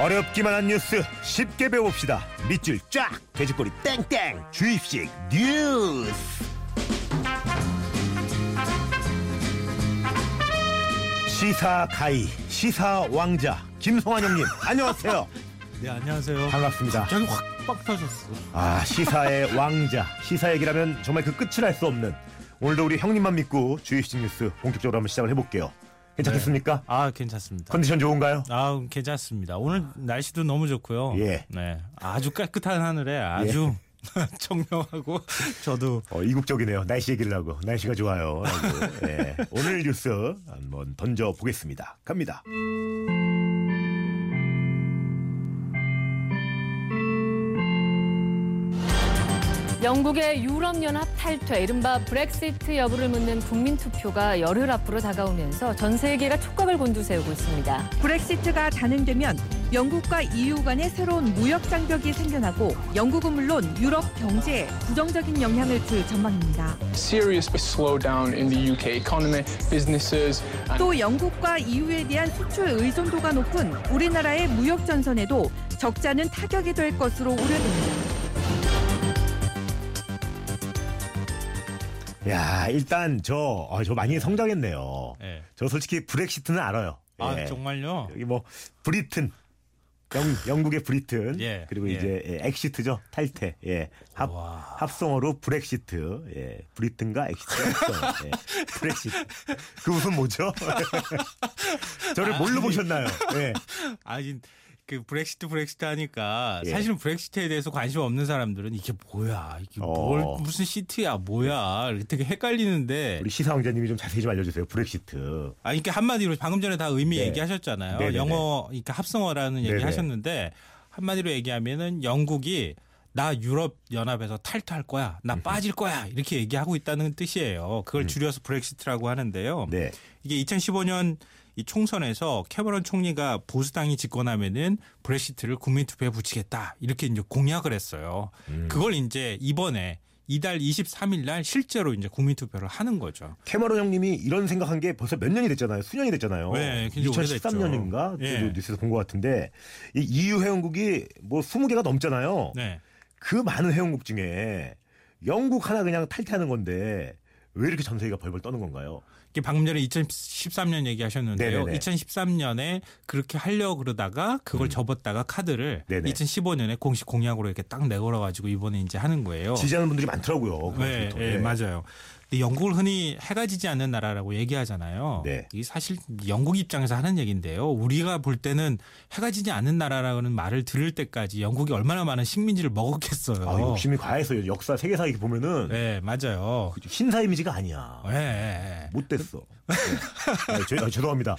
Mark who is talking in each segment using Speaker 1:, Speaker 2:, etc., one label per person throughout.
Speaker 1: 어렵기만 한 뉴스 쉽게 배워봅시다. 밑줄 쫙, 돼지꼬리 땡땡, 주입식 뉴스. 시사 가이, 시사 왕자 김성환 형님, 안녕하세요.
Speaker 2: 네 안녕하세요.
Speaker 1: 반갑습니다.
Speaker 2: 갑자기 확빡 터졌어.
Speaker 1: 아 시사의 왕자, 시사 얘기라면 정말 그 끝을 알 수 없는. 오늘도 우리 형님만 믿고 주입식 뉴스 본격적으로 한번 시작을 해볼게요. 괜찮겠습니까?
Speaker 2: 아 괜찮습니다.
Speaker 1: 컨디션 좋은가요?
Speaker 2: 아 괜찮습니다. 오늘 날씨도 너무 좋고요.
Speaker 1: 예.
Speaker 2: 네 아주 깔끗한 하늘에 아주 예. 청명하고 저도
Speaker 1: 어, 이국적이네요. 날씨 얘기를 하고 날씨가 좋아요. 라고. 예. 오늘 뉴스 한번 던져 보겠습니다. 갑니다.
Speaker 3: 영국의 유럽연합 탈퇴, 이른바 브렉시트 여부를 묻는 국민 투표가 열흘 앞으로 다가오면서 전 세계가 촉각을 곤두세우고 있습니다.
Speaker 4: 브렉시트가 단행되면 영국과 EU 간의 새로운 무역 장벽이 생겨나고 영국은 물론 유럽 경제에 부정적인 영향을 줄 전망입니다.
Speaker 5: serious slowdown in the UK economy, businesses, and
Speaker 4: 또 영국과 EU에 대한 수출 의존도가 높은 우리나라의 무역 전선에도 적자는 타격이 될 것으로 우려됩니다.
Speaker 1: 야 일단 저저 많이 성장했네요.
Speaker 2: 예.
Speaker 1: 저 솔직히 브렉시트는 알아요.
Speaker 2: 아
Speaker 1: 예.
Speaker 2: 정말요.
Speaker 1: 여기 뭐 브리튼 영, 국의 브리튼
Speaker 2: 예,
Speaker 1: 그리고
Speaker 2: 예.
Speaker 1: 이제 예, 엑시트죠 탈퇴 예. 합,
Speaker 2: 와.
Speaker 1: 합성어로 브렉시트 예. 브리튼과 엑시트 합성 예. 브렉시트 그 웃음 뭐죠? 저를
Speaker 2: 아,
Speaker 1: 뭘로 보셨나요? 예.
Speaker 2: 아니 그 브렉시트 브렉시트 하니까
Speaker 1: 예.
Speaker 2: 사실은 브렉시트에 대해서 관심 없는 사람들은 이게 뭐야 이게
Speaker 1: 어.
Speaker 2: 뭘 무슨 시트야 뭐야 이렇게 되게 헷갈리는데
Speaker 1: 우리 시사 왕자님이 좀 자세히 좀 알려주세요. 브렉시트.
Speaker 2: 아, 그러니까 한마디로 방금 전에 다 의미
Speaker 1: 네.
Speaker 2: 얘기하셨잖아요.
Speaker 1: 네네네.
Speaker 2: 영어, 그러니까 합성어라는 얘기
Speaker 1: 네네.
Speaker 2: 하셨는데 한마디로 얘기하면은 영국이 나 유럽 연합에서 탈퇴할 거야, 나 빠질 거야 이렇게 얘기하고 있다는 뜻이에요. 그걸 줄여서 브렉시트라고 하는데요.
Speaker 1: 음. 네.
Speaker 2: 이게 2015년 이 총선에서 캐머런 총리가 보수당이 집권하면은 브렉시트를 국민투표에 붙이겠다 이렇게 이제 공약을 했어요.
Speaker 1: 음.
Speaker 2: 그걸 이제 이번에 이달 23일 날 실제로 이제 국민투표를 하는 거죠.
Speaker 1: 캐머런 형님이 이런 생각한 게 벌써 몇 년이 됐잖아요. 수년이 됐잖아요.
Speaker 2: 네, 굉장히 오래됐죠.
Speaker 1: 2013년인가? 그
Speaker 2: 예.
Speaker 1: 뉴스에서 본 것 같은데 이 EU 회원국이 뭐 20개가 넘잖아요.
Speaker 2: 네.
Speaker 1: 그 많은 회원국 중에 영국 하나 그냥 탈퇴하는 건데 왜 이렇게 전 세계가 벌벌 떠는 건가요?
Speaker 2: 이게 방금 전에 2013년 얘기하셨는데요.
Speaker 1: 네네네. 음.
Speaker 2: 2013년에 그렇게 하려 고 그러다가 그걸 접었다가 카드를
Speaker 1: 네네.
Speaker 2: 2015년에 공식 공약으로 이렇게 딱 내걸어 가지고 이번에 이제 하는 거예요.
Speaker 1: 지지하는 분들이 많더라고요. 그런
Speaker 2: 어. 네,
Speaker 1: 트위터에.
Speaker 2: 네, 맞아요. 근데 영국을 흔히 해가 지지 않는 나라라고 얘기하잖아요.
Speaker 1: 네.
Speaker 2: 이게 사실 영국 입장에서 하는 얘기인데요. 우리가 볼 때는 해가 지지 않는 나라라는 말을 들을 때까지 영국이 얼마나 많은 식민지를 먹었겠어요.
Speaker 1: 아, 욕심이 과했어요. 역사 세계사 이렇게 보면은
Speaker 2: 네, 맞아요.
Speaker 1: 신사 이미지가 아니야.
Speaker 2: 예, 예, 예.
Speaker 1: 못됐어. 네. 아, 죄, 아, 죄송합니다.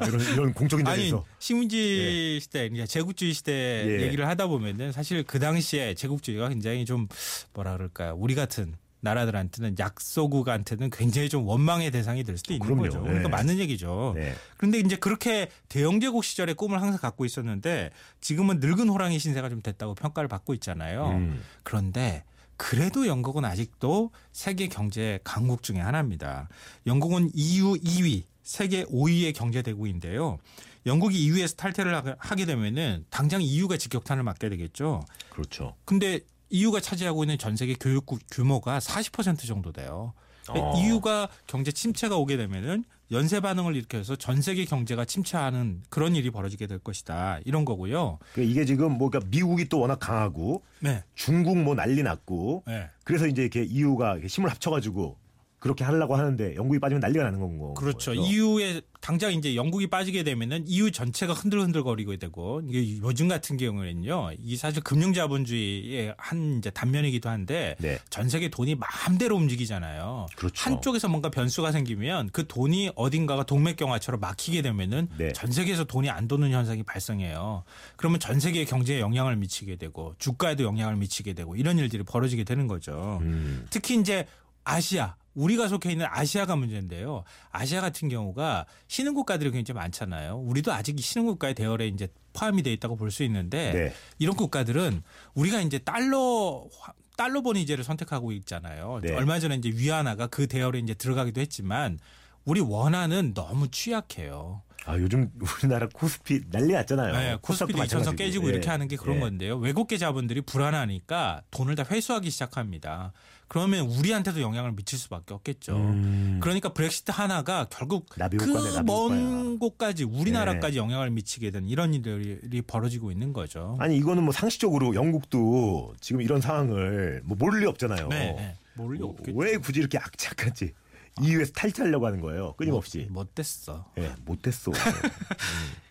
Speaker 1: 아, 이런, 이런 공적인
Speaker 2: 아니
Speaker 1: 자리에서.
Speaker 2: 식민지 시대, 그러니까 제국주의 시대
Speaker 1: 예.
Speaker 2: 얘기를 하다 보면은 사실 그 당시에 제국주의가 굉장히 좀 뭐라 그럴까요? 우리 같은 나라들한테는 약소국한테는 굉장히 좀 원망의 대상이 될 수도 있는
Speaker 1: 그럼요.
Speaker 2: 거죠. 그러니까
Speaker 1: 네.
Speaker 2: 맞는 얘기죠.
Speaker 1: 네.
Speaker 2: 그런데 이제 그렇게 대영제국 시절의 꿈을 항상 갖고 있었는데 지금은 늙은 호랑이 신세가 좀 됐다고 평가를 받고 있잖아요.
Speaker 1: 음.
Speaker 2: 그런데 그래도 영국은 아직도 세계 경제 강국 중에 하나입니다. 영국은 EU 2위, 세계 5위의 경제 대국인데요. 영국이 EU에서 탈퇴를 하- 하게 되면은 당장 EU가 직격탄을 맞게 되겠죠.
Speaker 1: 그렇죠.
Speaker 2: 근데 EU가 차지하고 있는 전 세계 교육 구- 규모가 40% 정도 돼요.
Speaker 1: 어.
Speaker 2: EU가 경제 침체가 오게 되면은 연쇄 반응을 일으켜서 전 세계 경제가 침체하는 그런 일이 벌어지게 될 것이다. 이런 거고요.
Speaker 1: 그러니까 이게 지금 뭐 그러니까 미국이 또 워낙 강하고
Speaker 2: 네.
Speaker 1: 중국 뭐 난리 났고
Speaker 2: 네.
Speaker 1: 그래서 이제 이렇게 EU가 힘을 합쳐가지고 그렇게 하려고 하는데 영국이 빠지면 난리가 나는 건 거고.
Speaker 2: 그렇죠. EU에 당장 이제 영국이 빠지게 되면은 EU 전체가 흔들흔들거리게 되고 이게 요즘 같은 경우에는요. 이 사실 금융 자본주의의 한 이제 단면이기도 한데
Speaker 1: 네.
Speaker 2: 전 세계 돈이 마음대로 움직이잖아요.
Speaker 1: 그렇죠.
Speaker 2: 한쪽에서 뭔가 변수가 생기면 그 돈이 어딘가가 동맥경화처럼 막히게 되면은
Speaker 1: 네.
Speaker 2: 전 세계에서 돈이 안 도는 현상이 발생해요. 그러면 전 세계 경제에 영향을 미치게 되고 주가에도 영향을 미치게 되고 이런 일들이 벌어지게 되는 거죠.
Speaker 1: 음.
Speaker 2: 특히 이제 아시아 우리가 속해 있는 아시아가 문제인데요. 아시아 같은 경우가 신흥 국가들이 굉장히 많잖아요. 우리도 아직 이 신흥 국가의 대열에 이제 포함이 돼 있다고 볼 수 있는데
Speaker 1: 네.
Speaker 2: 이런 국가들은 우리가 이제 달러 화- 달러 번이제를 선택하고 있잖아요.
Speaker 1: 네.
Speaker 2: 얼마 전에 이제 위안화가 그 대열에 이제 들어가기도 했지만 우리 원화는 너무 취약해요.
Speaker 1: 아, 요즘 우리나라 코스피 난리 났잖아요.
Speaker 2: 네, 코스피도
Speaker 1: 예, 코스닥도
Speaker 2: 2천선
Speaker 1: 마찬가지고.
Speaker 2: 깨지고
Speaker 1: 예,
Speaker 2: 이렇게 하는 게 그런
Speaker 1: 예.
Speaker 2: 건데요. 외국계 자본들이 불안하니까 돈을 다 회수하기 시작합니다. 그러면 우리한테도 영향을 미칠 수밖에 없겠죠.
Speaker 1: 음.
Speaker 2: 그러니까 브렉시트 하나가 결국
Speaker 1: 나비 효과네, 나비
Speaker 2: 그 먼
Speaker 1: 효과야. 예.
Speaker 2: 곳까지 우리나라까지 영향을 미치게 된 이런 일들이 벌어지고 있는 거죠.
Speaker 1: 아니 이거는 뭐 상식적으로 영국도 지금 이런 상황을 뭐 모를 리 없잖아요.
Speaker 2: 네, 네. 모를 리 없겠죠.
Speaker 1: 왜 굳이 이렇게 악착같이 EU에서 탈퇴하려고 하는 거예요? 끊임없이.
Speaker 2: 못 됐어.
Speaker 1: 예, 못했어.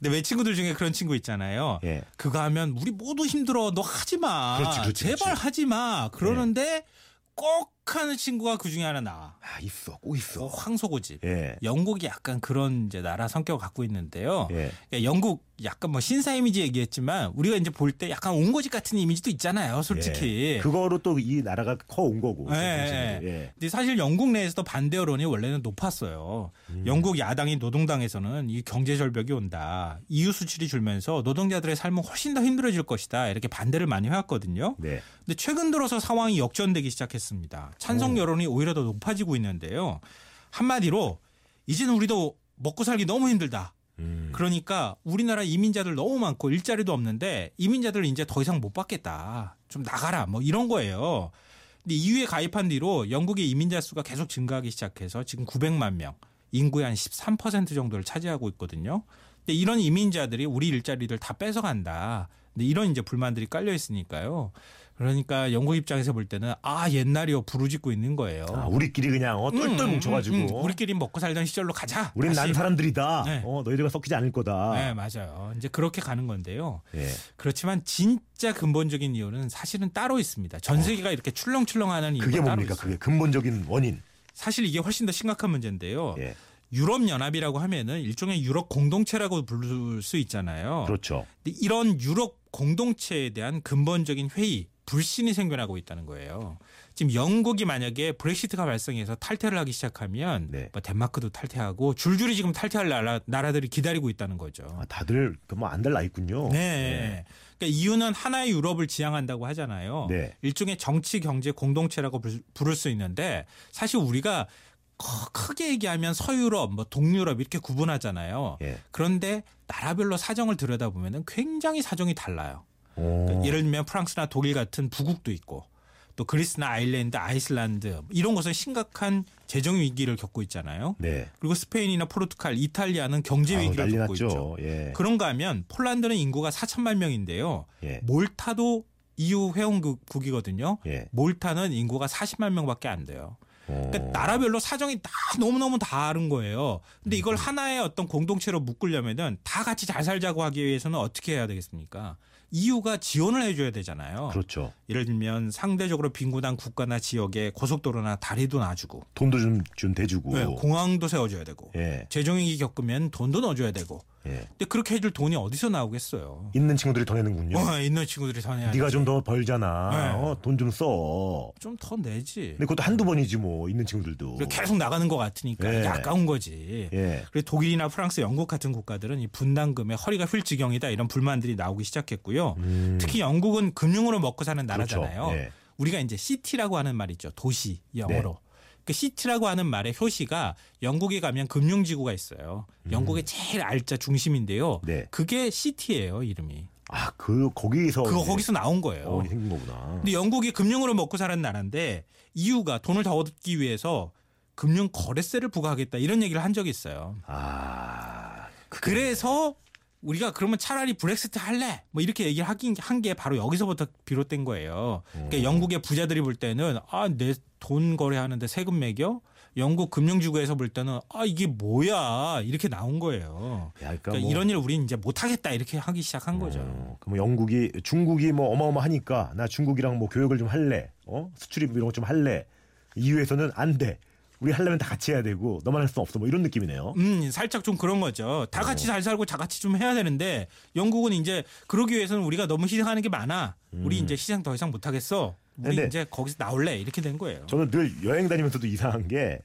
Speaker 2: 근데 왜 친구들 중에 그런 친구 있잖아요.
Speaker 1: 예.
Speaker 2: 그거 하면 우리 모두 힘들어. 너 하지 마.
Speaker 1: 그렇지, 그렇지,
Speaker 2: 제발
Speaker 1: 그렇지. 예.
Speaker 2: 하지 마. 그러는데 꼭 하는 친구가 그 중에 하나 나와.
Speaker 1: 아 있어, 꼭
Speaker 2: 어,
Speaker 1: 있어.
Speaker 2: 황소고집.
Speaker 1: 예,
Speaker 2: 영국이 약간 그런 이제 나라 성격을 갖고 있는데요.
Speaker 1: 예.
Speaker 2: 그러니까 영국 약간 뭐 신사 이미지 얘기했지만 우리가 이제 볼 때 약간 옹고집 같은 이미지도 있잖아요. 솔직히.
Speaker 1: 예. 그거로 또 이 나라가 커 온 거고.
Speaker 2: 예,
Speaker 1: 정신이.
Speaker 2: 예.
Speaker 1: 예.
Speaker 2: 근데 사실 영국 내에서도 반대 여론이 원래는 높았어요.
Speaker 1: 음.
Speaker 2: 영국 야당인 노동당에서는 이 경제 절벽이 온다. EU 수출이 줄면서 노동자들의 삶은 훨씬 더 힘들어질 것이다. 이렇게 반대를 많이 해왔거든요.
Speaker 1: 네.
Speaker 2: 근데 최근 들어서 상황이 역전되기 시작했습니다. 찬성 여론이 오히려 더 높아지고 있는데요. 한마디로 이제는 우리도 먹고 살기 너무 힘들다.
Speaker 1: 음.
Speaker 2: 그러니까 우리나라 이민자들 너무 많고 일자리도 없는데 이민자들을 이제 더 이상 못 받겠다. 좀 나가라. 뭐 이런 거예요. 근데 EU에 가입한 뒤로 영국의 이민자 수가 계속 증가하기 시작해서 지금 900만 명, 인구의 한 13% 정도를 차지하고 있거든요. 근데 이런 이민자들이 우리 일자리를 다 뺏어간다. 근데 이런 이제 불만들이 깔려 있으니까요. 그러니까 영국 입장에서 볼 때는 아 옛날이요 부르짖고 있는 거예요.
Speaker 1: 아, 우리끼리 그냥 어, 똘똘 뭉쳐가지고.
Speaker 2: 음, 음. 우리끼리 먹고 살던 시절로 가자.
Speaker 1: 우린
Speaker 2: 다시.
Speaker 1: 난 사람들이다.
Speaker 2: 네.
Speaker 1: 어, 너희들과 섞이지 않을 거다.
Speaker 2: 네 맞아요. 이제 그렇게 가는 건데요.
Speaker 1: 예.
Speaker 2: 그렇지만 진짜 근본적인 이유는 사실은 따로 있습니다. 전 세계가 이렇게 출렁출렁하는 이유가
Speaker 1: 어. 그게
Speaker 2: 따로
Speaker 1: 뭡니까?
Speaker 2: 있어요.
Speaker 1: 그게 근본적인 원인.
Speaker 2: 사실 이게 훨씬 더 심각한 문제인데요.
Speaker 1: 예.
Speaker 2: 유럽 연합이라고 하면은 일종의 유럽 공동체라고 부를 수 있잖아요.
Speaker 1: 그렇죠.
Speaker 2: 근데 이런 유럽 공동체에 대한 근본적인 회의, 불신이 생겨나고 있다는 거예요. 지금 영국이 만약에 브렉시트가 발생해서 탈퇴를 하기 시작하면
Speaker 1: 네.
Speaker 2: 뭐 덴마크도 탈퇴하고 줄줄이 지금 탈퇴할 나라, 나라들이 기다리고 있다는 거죠.
Speaker 1: 아, 다들 그만 안달나 있군요.
Speaker 2: 네. 그러니까 이유는 하나의 유럽을 지향한다고 하잖아요.
Speaker 1: 네.
Speaker 2: 일종의 정치 경제 공동체라고 불- 부를 수 있는데 사실 우리가 커- 크게 얘기하면 서유럽, 뭐 동유럽 이렇게 구분하잖아요.
Speaker 1: 예.
Speaker 2: 그런데 나라별로 사정을 들여다보면 굉장히 사정이 달라요.
Speaker 1: 오.
Speaker 2: 그러니까 예를 들면 프랑스나 독일 같은 부국도 있고 또 그리스나 아일랜드, 아이슬란드 뭐 이런 곳은 심각한 재정 위기를 겪고 있잖아요.
Speaker 1: 네.
Speaker 2: 그리고 스페인이나 포르투갈, 이탈리아는 경제
Speaker 1: 아우,
Speaker 2: 위기를
Speaker 1: 난리
Speaker 2: 겪고 있죠.
Speaker 1: 났죠. 예.
Speaker 2: 그런가 하면 폴란드는 인구가 4천만 명인데요.
Speaker 1: 예.
Speaker 2: 몰타도 EU 회원국이거든요.
Speaker 1: 예. 어.
Speaker 2: 몰타는 인구가 40만 명밖에 안 돼요. 그러니까 나라별로 사정이 다 너무너무 다른 거예요. 근데
Speaker 1: 음.
Speaker 2: 이걸 하나의 어떤 공동체로 묶으려면은 다 같이 잘 살자고 하기 위해서는 어떻게 해야 되겠습니까? EU가 지원을 해줘야 되잖아요.
Speaker 1: 그렇죠.
Speaker 2: 예를 들면 상대적으로 빈곤한 국가나 지역에 고속도로나 다리도 놔주고
Speaker 1: 돈도 좀, 좀 대주고.
Speaker 2: 네, 공항도 세워줘야 되고
Speaker 1: 예.
Speaker 2: 재정위기 겪으면 돈도 넣어줘야 되고
Speaker 1: 예.
Speaker 2: 근데 그렇게 해줄 돈이 어디서 나오겠어요?
Speaker 1: 있는 친구들이 더 내는군요.
Speaker 2: 어, 있는 친구들이 전해야지.
Speaker 1: 예. 네가 좀 더 벌잖아.
Speaker 2: 네.
Speaker 1: 어, 돈 좀 써.
Speaker 2: 좀 더 내지.
Speaker 1: 근데 그것도 한두 번이지 뭐 있는 친구들도.
Speaker 2: 그리고 계속 나가는 것 같으니까
Speaker 1: 예.
Speaker 2: 이게 아까운 거지.
Speaker 1: 예.
Speaker 2: 그리고 독일이나 프랑스, 영국 같은 국가들은 이 분담금에 허리가 휠 지경이다 이런 불만들이 나오기 시작했고요.
Speaker 1: 음,
Speaker 2: 특히 영국은 금융으로 먹고 사는
Speaker 1: 그렇죠.
Speaker 2: 나라잖아요.
Speaker 1: 예.
Speaker 2: 우리가 이제 시티라고 하는 말 있죠. 도시 영어로.
Speaker 1: 네.
Speaker 2: 그 시티라고 하는 말의 효시가 영국에 가면 금융지구가 있어요. 영국의 제일 알짜 중심인데요.
Speaker 1: 음. 네.
Speaker 2: 그게 시티예요 이름이.
Speaker 1: 아, 그 거기서
Speaker 2: 그거
Speaker 1: 이제
Speaker 2: 거기서 나온 거예요.
Speaker 1: 어원이 생긴 거구나.
Speaker 2: 근데 영국이 금융으로 먹고 사는 나라인데 EU가 돈을 더 얻기 위해서 금융 거래세를 부과하겠다 이런 얘기를 한 적이 있어요.
Speaker 1: 아.
Speaker 2: 그래서 우리가 그러면 차라리 브렉시트 할래 뭐 이렇게 얘기를 하긴 한 게 바로 여기서부터 비롯된 거예요. 그러니까 영국의 부자들이 볼 때는 아 내 돈 거래하는데 세금 매겨? 영국 금융지구에서 볼 때는 아 이게 뭐야 이렇게 나온 거예요.
Speaker 1: 야, 그러니까
Speaker 2: 그러니까 음.
Speaker 1: 뭐-
Speaker 2: 이런 일 우리는 이제 못 하겠다 이렇게 하기 시작한 거죠.
Speaker 1: 어, 그럼 영국이 중국이 뭐 어마어마하니까 나 중국이랑 뭐 교역을 좀 할래. 어? 수출입 이런 거 좀 할래. EU에서는 안 돼. 우리 하려면 다 같이 해야 되고 너만 할 수 없어. 뭐 이런 느낌이네요.
Speaker 2: 음, 살짝 좀 그런 거죠.
Speaker 1: 네.
Speaker 2: 다 같이 잘 살고 다 같이 좀 해야 되는데 영국은 이제 그러기 위해서는 우리가 너무 희생하는 게 많아. 우리
Speaker 1: 음.
Speaker 2: 이제 희생 더 이상 못 하겠어. 우리
Speaker 1: 근데-
Speaker 2: 이제 거기서 나올래 이렇게 된 거예요.
Speaker 1: 네, 저는 늘 여행 다니면서도 이상한 게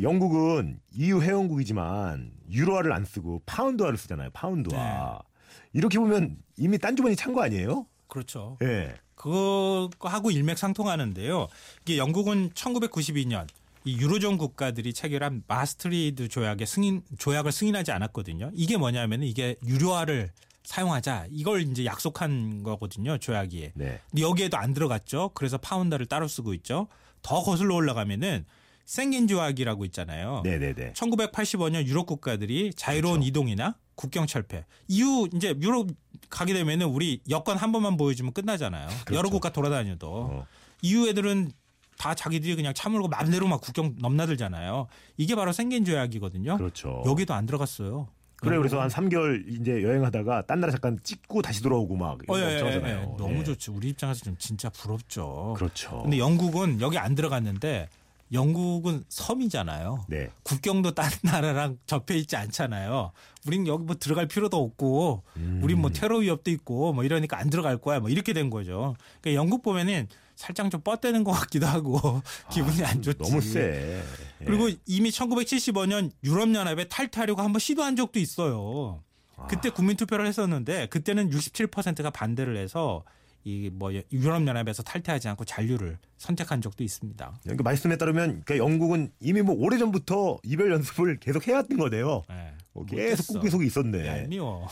Speaker 1: 영국은 EU 회원국이지만 유로화를 안 쓰고 파운드화를 쓰잖아요. 파운드화.
Speaker 2: 네.
Speaker 1: 이렇게 보면 이미 딴 주머니 찬 거 아니에요?
Speaker 2: 그렇죠.
Speaker 1: 예.
Speaker 2: 그거하고 일맥상통하는데요. 이게 영국은 1992년 이 유로존 국가들이 체결한 마스트리드 조약의 승인 조약을 승인하지 않았거든요. 이게 뭐냐면 이게 유료화를 사용하자 이걸 이제 약속한 거거든요. 조약이.
Speaker 1: 네.
Speaker 2: 근데 여기에도 안 들어갔죠. 그래서 파운더를 따로 쓰고 있죠. 더 거슬러 올라가면은 생긴 조약이라고 있잖아요.
Speaker 1: 네, 그렇죠. 네, 네.
Speaker 2: 1985년 유럽 국가들이 자유로운 이동이나 국경 철폐 이후 이제 유럽 가게 되면은 우리 여권 한 번만 보여주면 끝나잖아요. 여러
Speaker 1: 그렇죠.
Speaker 2: 국가 돌아다녀도
Speaker 1: 어.
Speaker 2: EU 애들은 다 자기들이 그냥 참으고 맘대로 막 국경 넘나들잖아요. 이게 바로 생긴 조약이거든요.
Speaker 1: 그렇죠.
Speaker 2: 여기도 안 들어갔어요.
Speaker 1: 그래 그래서 한
Speaker 2: 뭐
Speaker 1: 3개월 이제 여행하다가 딴 나라 잠깐 찍고 다시 돌아오고 막 이런
Speaker 2: 어,
Speaker 1: 거
Speaker 2: 예, 예,
Speaker 1: 엄청하잖아요.
Speaker 2: 예.
Speaker 1: 네.
Speaker 2: 너무 좋지. 우리 입장에서 좀 진짜 부럽죠.
Speaker 1: 그렇죠.
Speaker 2: 근데 영국은 여기 안 들어갔는데 영국은 섬이잖아요.
Speaker 1: 네.
Speaker 2: 국경도 딴 나라랑 접해 있지 않잖아요. 우린 여기 뭐 들어갈 필요도 없고, 우린
Speaker 1: 음.
Speaker 2: 뭐 테러 위협도 있고, 뭐 이러니까 안 들어갈 거야. 뭐 이렇게 된 거죠. 그러니까 영국 보면은 살짝 좀 뻗대는 것 같기도 하고 기분이 안 좋지.
Speaker 1: 아, 너무 세. 예.
Speaker 2: 그리고 이미 1975년 유럽연합에 탈퇴하려고 한번 시도한 적도 있어요. 그때 국민투표를 했었는데 그때는 67%가 반대를 해서 이 뭐 유럽연합에서 탈퇴하지 않고 잔류를 선택한 적도 있습니다.
Speaker 1: 그러니까 말씀에 따르면 그러니까 영국은 이미 뭐 오래 전부터 이별 연습을 계속 해왔던 거네요.
Speaker 2: 예.
Speaker 1: 어,
Speaker 2: 못했어.
Speaker 1: 계속 꿈속에 있었네.
Speaker 2: 얄미워.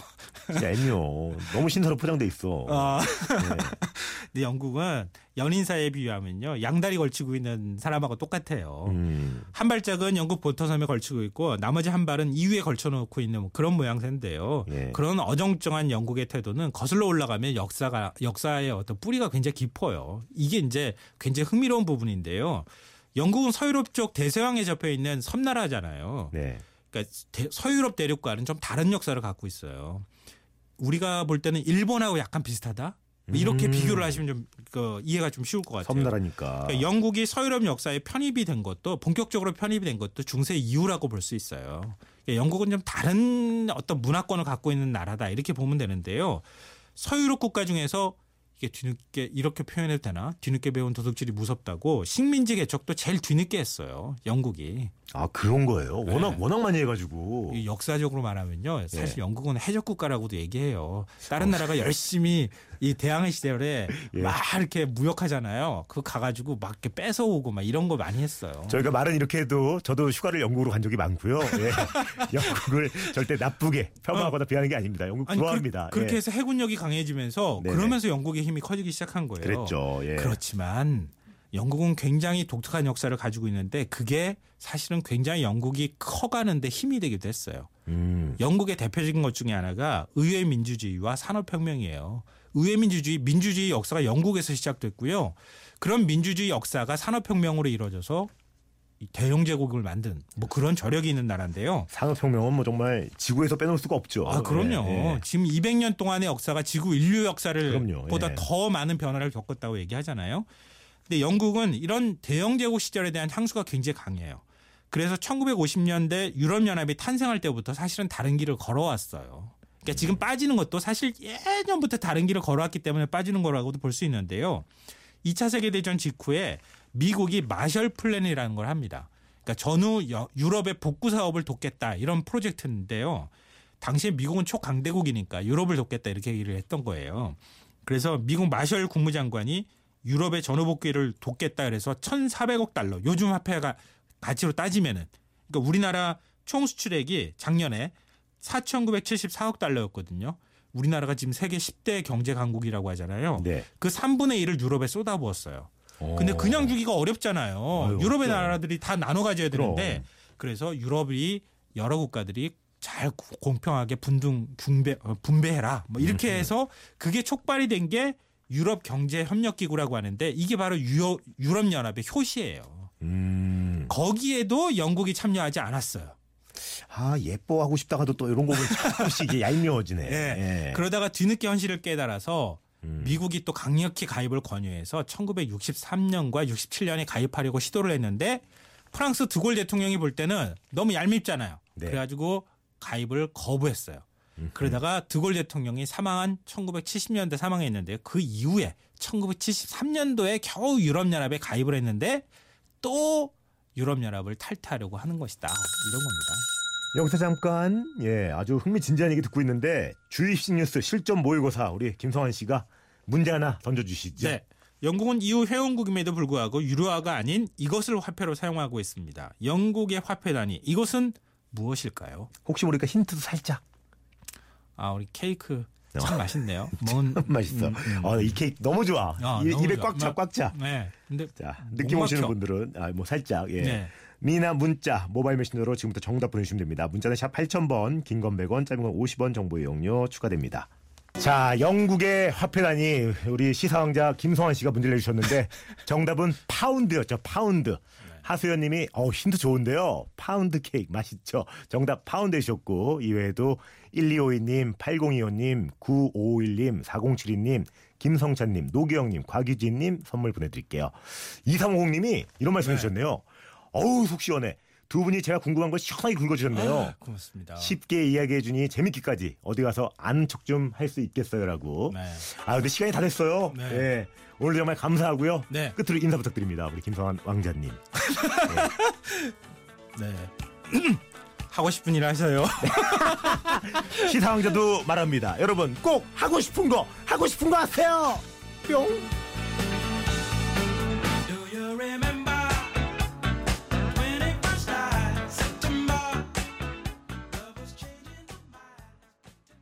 Speaker 1: 진짜 애미요. 너무 신사로 포장돼 있어.
Speaker 2: 아,
Speaker 1: 네.
Speaker 2: 근데 영국은 연인 사이에 비유하면요 양다리 걸치고 있는 사람하고 똑같아요.
Speaker 1: 음.
Speaker 2: 한 발짝은 영국 보터섬에 걸치고 있고 나머지 한 발은 EU에 걸쳐놓고 있는 그런 모양새인데요.
Speaker 1: 예.
Speaker 2: 그런 어정쩡한 영국의 태도는 거슬러 올라가면 역사가 역사의 어떤 뿌리가 굉장히 깊어요. 이게 이제 굉장히 흥미로운 부분인데요. 영국은 서유럽 쪽 대서양에 접해 있는 섬나라잖아요.
Speaker 1: 네.
Speaker 2: 그러니까 대- 서유럽 대륙과는 좀 다른 역사를 갖고 있어요. 우리가 볼 때는 일본하고 약간 비슷하다. 뭐 이렇게
Speaker 1: 음.
Speaker 2: 비교를 하시면 좀 그, 이해가 좀 쉬울 것 같아요.
Speaker 1: 섬나라니까.
Speaker 2: 그러니까 영국이 서유럽 역사에 편입이 된 것도 본격적으로 편입이 된 것도 중세 이후라고 볼 수 있어요. 그러니까 영국은 좀 다른 어떤 문화권을 갖고 있는 나라다 이렇게 보면 되는데요. 서유럽 국가 중에서 이게 뒤늦게 이렇게 표현해도 되나? 뒤늦게 배운 도둑질이 무섭다고 식민지 개척도 제일 뒤늦게 했어요. 영국이
Speaker 1: 아 그런 거예요. 워낙
Speaker 2: 네.
Speaker 1: 워낙 많이 해가지고.
Speaker 2: 이 역사적으로 말하면요, 사실
Speaker 1: 예. 어.
Speaker 2: 영국은 해적 국가라고도 얘기해요. 다른 나라가 열심히 이 대항해 시절에
Speaker 1: 예.
Speaker 2: 막 이렇게 무역하잖아요. 그거 가가지고 막 이렇게 뺏어오고 막 이런 거 많이 했어요.
Speaker 1: 저희가 말은 이렇게 해도 저도 휴가를 영국으로 간 적이 많고요. 예. 영국을 절대 나쁘게 폄하하거나 비하는 게 아닙니다. 영국 좋아합니다.
Speaker 2: 어? 그, 렇게
Speaker 1: 예.
Speaker 2: 해서 해군력이 강해지면서
Speaker 1: 네네.
Speaker 2: 그러면서 영국의 힘이 커지기 시작한 거예요.
Speaker 1: 그랬죠. 예.
Speaker 2: 그렇지만 영국은 굉장히 독특한 역사를 가지고 있는데 그게 사실은 굉장히 영국이 커가는데 힘이 되기도 했어요.
Speaker 1: 음.
Speaker 2: 영국의 대표적인 것 중에 하나가 의회 민주주의와 산업혁명이에요. 의회 민주주의, 민주주의 역사가 영국에서 시작됐고요. 그런 민주주의 역사가 산업혁명으로 이루어져서 이 대영 제국을 만든 뭐 그런 저력이 있는 나라인데요.
Speaker 1: 산업혁명은 뭐 정말 지구에서 빼놓을 수가 없죠.
Speaker 2: 아, 그럼요.
Speaker 1: 예, 예.
Speaker 2: 지금 200년 동안의 역사가 지구 인류 역사를
Speaker 1: 그럼요.
Speaker 2: 보다
Speaker 1: 예.
Speaker 2: 더 많은 변화를 겪었다고 얘기하잖아요. 근데 영국은 이런 대영 제국 시절에 대한 향수가 굉장히 강해요. 그래서 1950년대 유럽 연합이 탄생할 때부터 사실은 다른 길을 걸어왔어요. 그러니까 지금 빠지는 것도 사실 예전부터 다른 길을 걸어왔기 때문에 빠지는 거라고도 볼 수 있는데요. 2차 세계 대전 직후에 미국이 마셜 플랜이라는 걸 합니다. 그러니까 전후 여- 유럽의 복구 사업을 돕겠다 이런 프로젝트인데요. 당시에 미국은 초강대국이니까 유럽을 돕겠다 이렇게 얘기를 했던 거예요. 그래서 미국 마셜 국무장관이 유럽의 전후 복귀를 돕겠다 그래서 1,400억 달러 요즘 화폐가 가치로 따지면은 그러니까 우리나라 총 수출액이 작년에 4,974억 달러였거든요. 우리나라가 지금 세계 10대 경제 강국이라고 하잖아요.
Speaker 1: 네.
Speaker 2: 그 3분의 1을 유럽에 쏟아부었어요. 근데
Speaker 1: 어.
Speaker 2: 그냥 주기가 어렵잖아요.
Speaker 1: 아유,
Speaker 2: 유럽의
Speaker 1: 어렵죠.
Speaker 2: 나라들이 다 나눠 가져야
Speaker 1: 그럼.
Speaker 2: 되는데 그래서 유럽이 여러 국가들이 잘 구- 공평하게 분등 분배 어, 분배해라. 뭐
Speaker 1: 음,
Speaker 2: 이렇게 해서 그게 촉발이 된 게 유럽 경제 협력 기구라고 하는데 이게 바로 유럽 유럽 연합의 효시예요.
Speaker 1: 음.
Speaker 2: 거기에도 영국이 참여하지 않았어요.
Speaker 1: 아 예뻐하고 싶다가도 또 이런 거 보면 조금씩 이게 얄미워지네.
Speaker 2: 예.
Speaker 1: 예.
Speaker 2: 그러다가 뒤늦게 현실을 깨달아서
Speaker 1: 음.
Speaker 2: 미국이 또 강력히 가입을 권유해서 1963년과 67년에 가입하려고 시도를 했는데 프랑스 드골 대통령이 볼 때는 너무 얄밉잖아요.
Speaker 1: 네.
Speaker 2: 그래가지고 가입을 거부했어요. 그러다가 드골 대통령이 사망한 1970년대 사망했는데 그 이후에 1973년도에 겨우 유럽연합에 가입을 했는데 또 유럽연합을 탈퇴하려고 하는 것이다 이런 겁니다.
Speaker 1: 여기서 잠깐 예 아주 흥미진진한 얘기 듣고 있는데 주입식 뉴스 실전 모의고사 우리 김성환 씨가 문제 하나 던져주시죠.
Speaker 2: 네. 영국은 EU 회원국임에도 불구하고 유로화가 아닌 이것을 화폐로 사용하고 있습니다. 영국의 화폐 단위 이것은 무엇일까요?
Speaker 1: 혹시 모르니까 힌트도 살짝.
Speaker 2: 아 우리 케이크 참 맛있네요. 뭔
Speaker 1: 맛있어.
Speaker 2: 음, 음.
Speaker 1: 어, 이 케이크 너무 좋아.
Speaker 2: 아,
Speaker 1: 이-
Speaker 2: 너무
Speaker 1: 입에
Speaker 2: 좋아.
Speaker 1: 꽉 차,
Speaker 2: 막-
Speaker 1: 꽉 차.
Speaker 2: 네. 근데
Speaker 1: 자,
Speaker 2: 못
Speaker 1: 느낌 오시는
Speaker 2: 막혀.
Speaker 1: 분들은 아, 뭐 살짝 예.
Speaker 2: 네.
Speaker 1: 미나 문자 모바일 메신저로 지금부터 정답 보내주시면 됩니다. 문자는 샵 8000번, 긴 건 100원, 짧은 건 50원 정보 이용료 추가됩니다. 자, 영국의 화폐단이 우리 시사왕자 김성환 씨가 문제를 내주셨는데 정답은 파운드였죠. 파운드. 하수연 님이 어 힌트 좋은데요. 파운드 케이크 맛있죠. 정답 파운드 해주셨고 이외에도 1252님, 8025님, 9551님, 4072님, 김성찬님, 노기영님, 곽유진님 선물 보내드릴게요. 2350님이 이런 말씀 해주셨네요. 어우 속 시원해. 두 분이 제가 궁금한 걸 시원하게 긁어주셨네요.
Speaker 2: 아, 고맙습니다.
Speaker 1: 쉽게 이야기해주니 재밌기까지 어디 가서 아는 척 좀 할 수 있겠어요라고.
Speaker 2: 네.
Speaker 1: 아 근데 시간이 다 됐어요.
Speaker 2: 네.
Speaker 1: 예. 오늘 정말 감사하고요.
Speaker 2: 네.
Speaker 1: 끝으로 인사 부탁드립니다. 우리 김성환 왕자님.
Speaker 2: 네. 하고 싶은 일 하세요.
Speaker 1: 네. 시사 왕자도 말합니다. 여러분 꼭 하고 싶은 거 하고 싶은 거 하세요. 뿅.